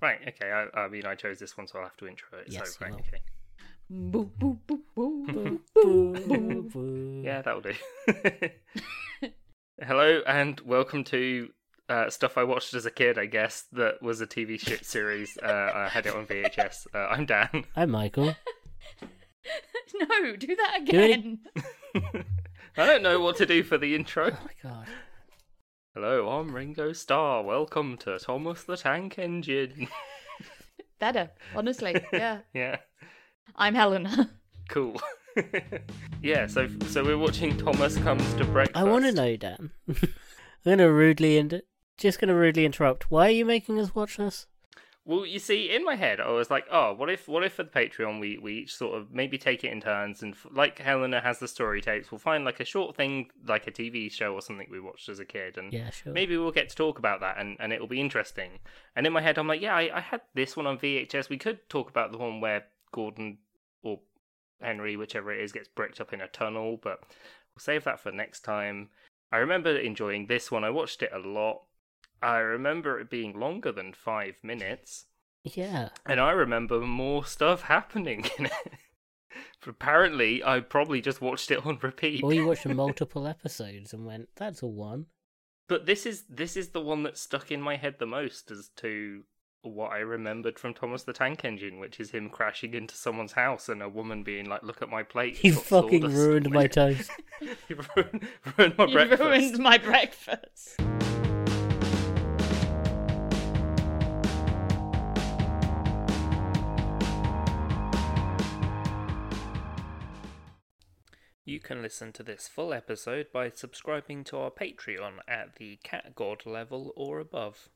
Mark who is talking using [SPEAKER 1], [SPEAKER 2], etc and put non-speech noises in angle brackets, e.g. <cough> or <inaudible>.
[SPEAKER 1] Right. Okay. I, I mean, I chose this one, so I'll have to intro it.
[SPEAKER 2] Yes,
[SPEAKER 1] so right.
[SPEAKER 2] you will.
[SPEAKER 1] Okay.
[SPEAKER 3] Boo, boo, boo,
[SPEAKER 2] <laughs>
[SPEAKER 3] boo, boo, boo, boo.
[SPEAKER 2] Mm.
[SPEAKER 1] Yeah, that'll do.
[SPEAKER 2] <laughs>
[SPEAKER 1] <laughs> Hello and welcome to uh, stuff I watched as a kid. I guess that was a TV shit series. uh, I had it on VHS. Uh, I'm Dan. <laughs>
[SPEAKER 2] Hi, Michael.
[SPEAKER 3] <laughs> No, do that
[SPEAKER 2] Do it.
[SPEAKER 3] again.
[SPEAKER 1] I don't know what to do for the intro.
[SPEAKER 2] Oh my god.
[SPEAKER 1] Hello, I'm Ringo Starr. Welcome to Thomas the Tank Engine. <laughs>
[SPEAKER 3] Better, honestly. Yeah.
[SPEAKER 1] yeah.
[SPEAKER 3] I'm Helena.
[SPEAKER 1] Cool. <laughs> yeah. So so we're watching Thomas Comes to Breakfast.
[SPEAKER 2] I want to know, Dan. <laughs> I'm gonna rudely and just gonna rudely interrupt. Why are you making us watch this?
[SPEAKER 1] Well, you see, in my head, I was like, "Oh, what if, what if for the Patreon we we each sort of maybe take it in turns, and f- like Helena has the story tapes, we'll find like a short thing, like a TV show or something we watched as a kid, and
[SPEAKER 2] Yeah, sure.
[SPEAKER 1] Mm. maybe we'll get to talk about that, and and it'll be interesting." And in my head, I'm like, "Yeah, I, I had this one on VHS. We could talk about the one where Gordon or Henry, whichever it is, gets bricked up in a tunnel, but we'll save that for next time." I remember enjoying this one. I watched it a lot. I remember it being longer than five minutes.
[SPEAKER 2] Yeah.
[SPEAKER 1] And I remember more stuff <laughs> happening in it. But apparently, I probably just watched it on repeat.
[SPEAKER 2] Or you watched multiple episodes and went, "That's a one."
[SPEAKER 1] But this is this is the one that stuck in my head the most as to what I remembered from Thomas the Tank Engine, which is him crashing into someone's house and a woman being like, "Look at my plate."
[SPEAKER 2] You
[SPEAKER 1] it's got
[SPEAKER 2] fucking
[SPEAKER 1] sawdust
[SPEAKER 2] ruined
[SPEAKER 1] on <laughs>
[SPEAKER 2] my
[SPEAKER 1] it."
[SPEAKER 2] toast.
[SPEAKER 1] you ruined, ruined
[SPEAKER 2] <laughs>
[SPEAKER 1] my
[SPEAKER 3] you
[SPEAKER 1] breakfast.
[SPEAKER 3] ruined my breakfast.
[SPEAKER 1] You can listen to this full episode by subscribing to our Patreon at the Cat God level or above.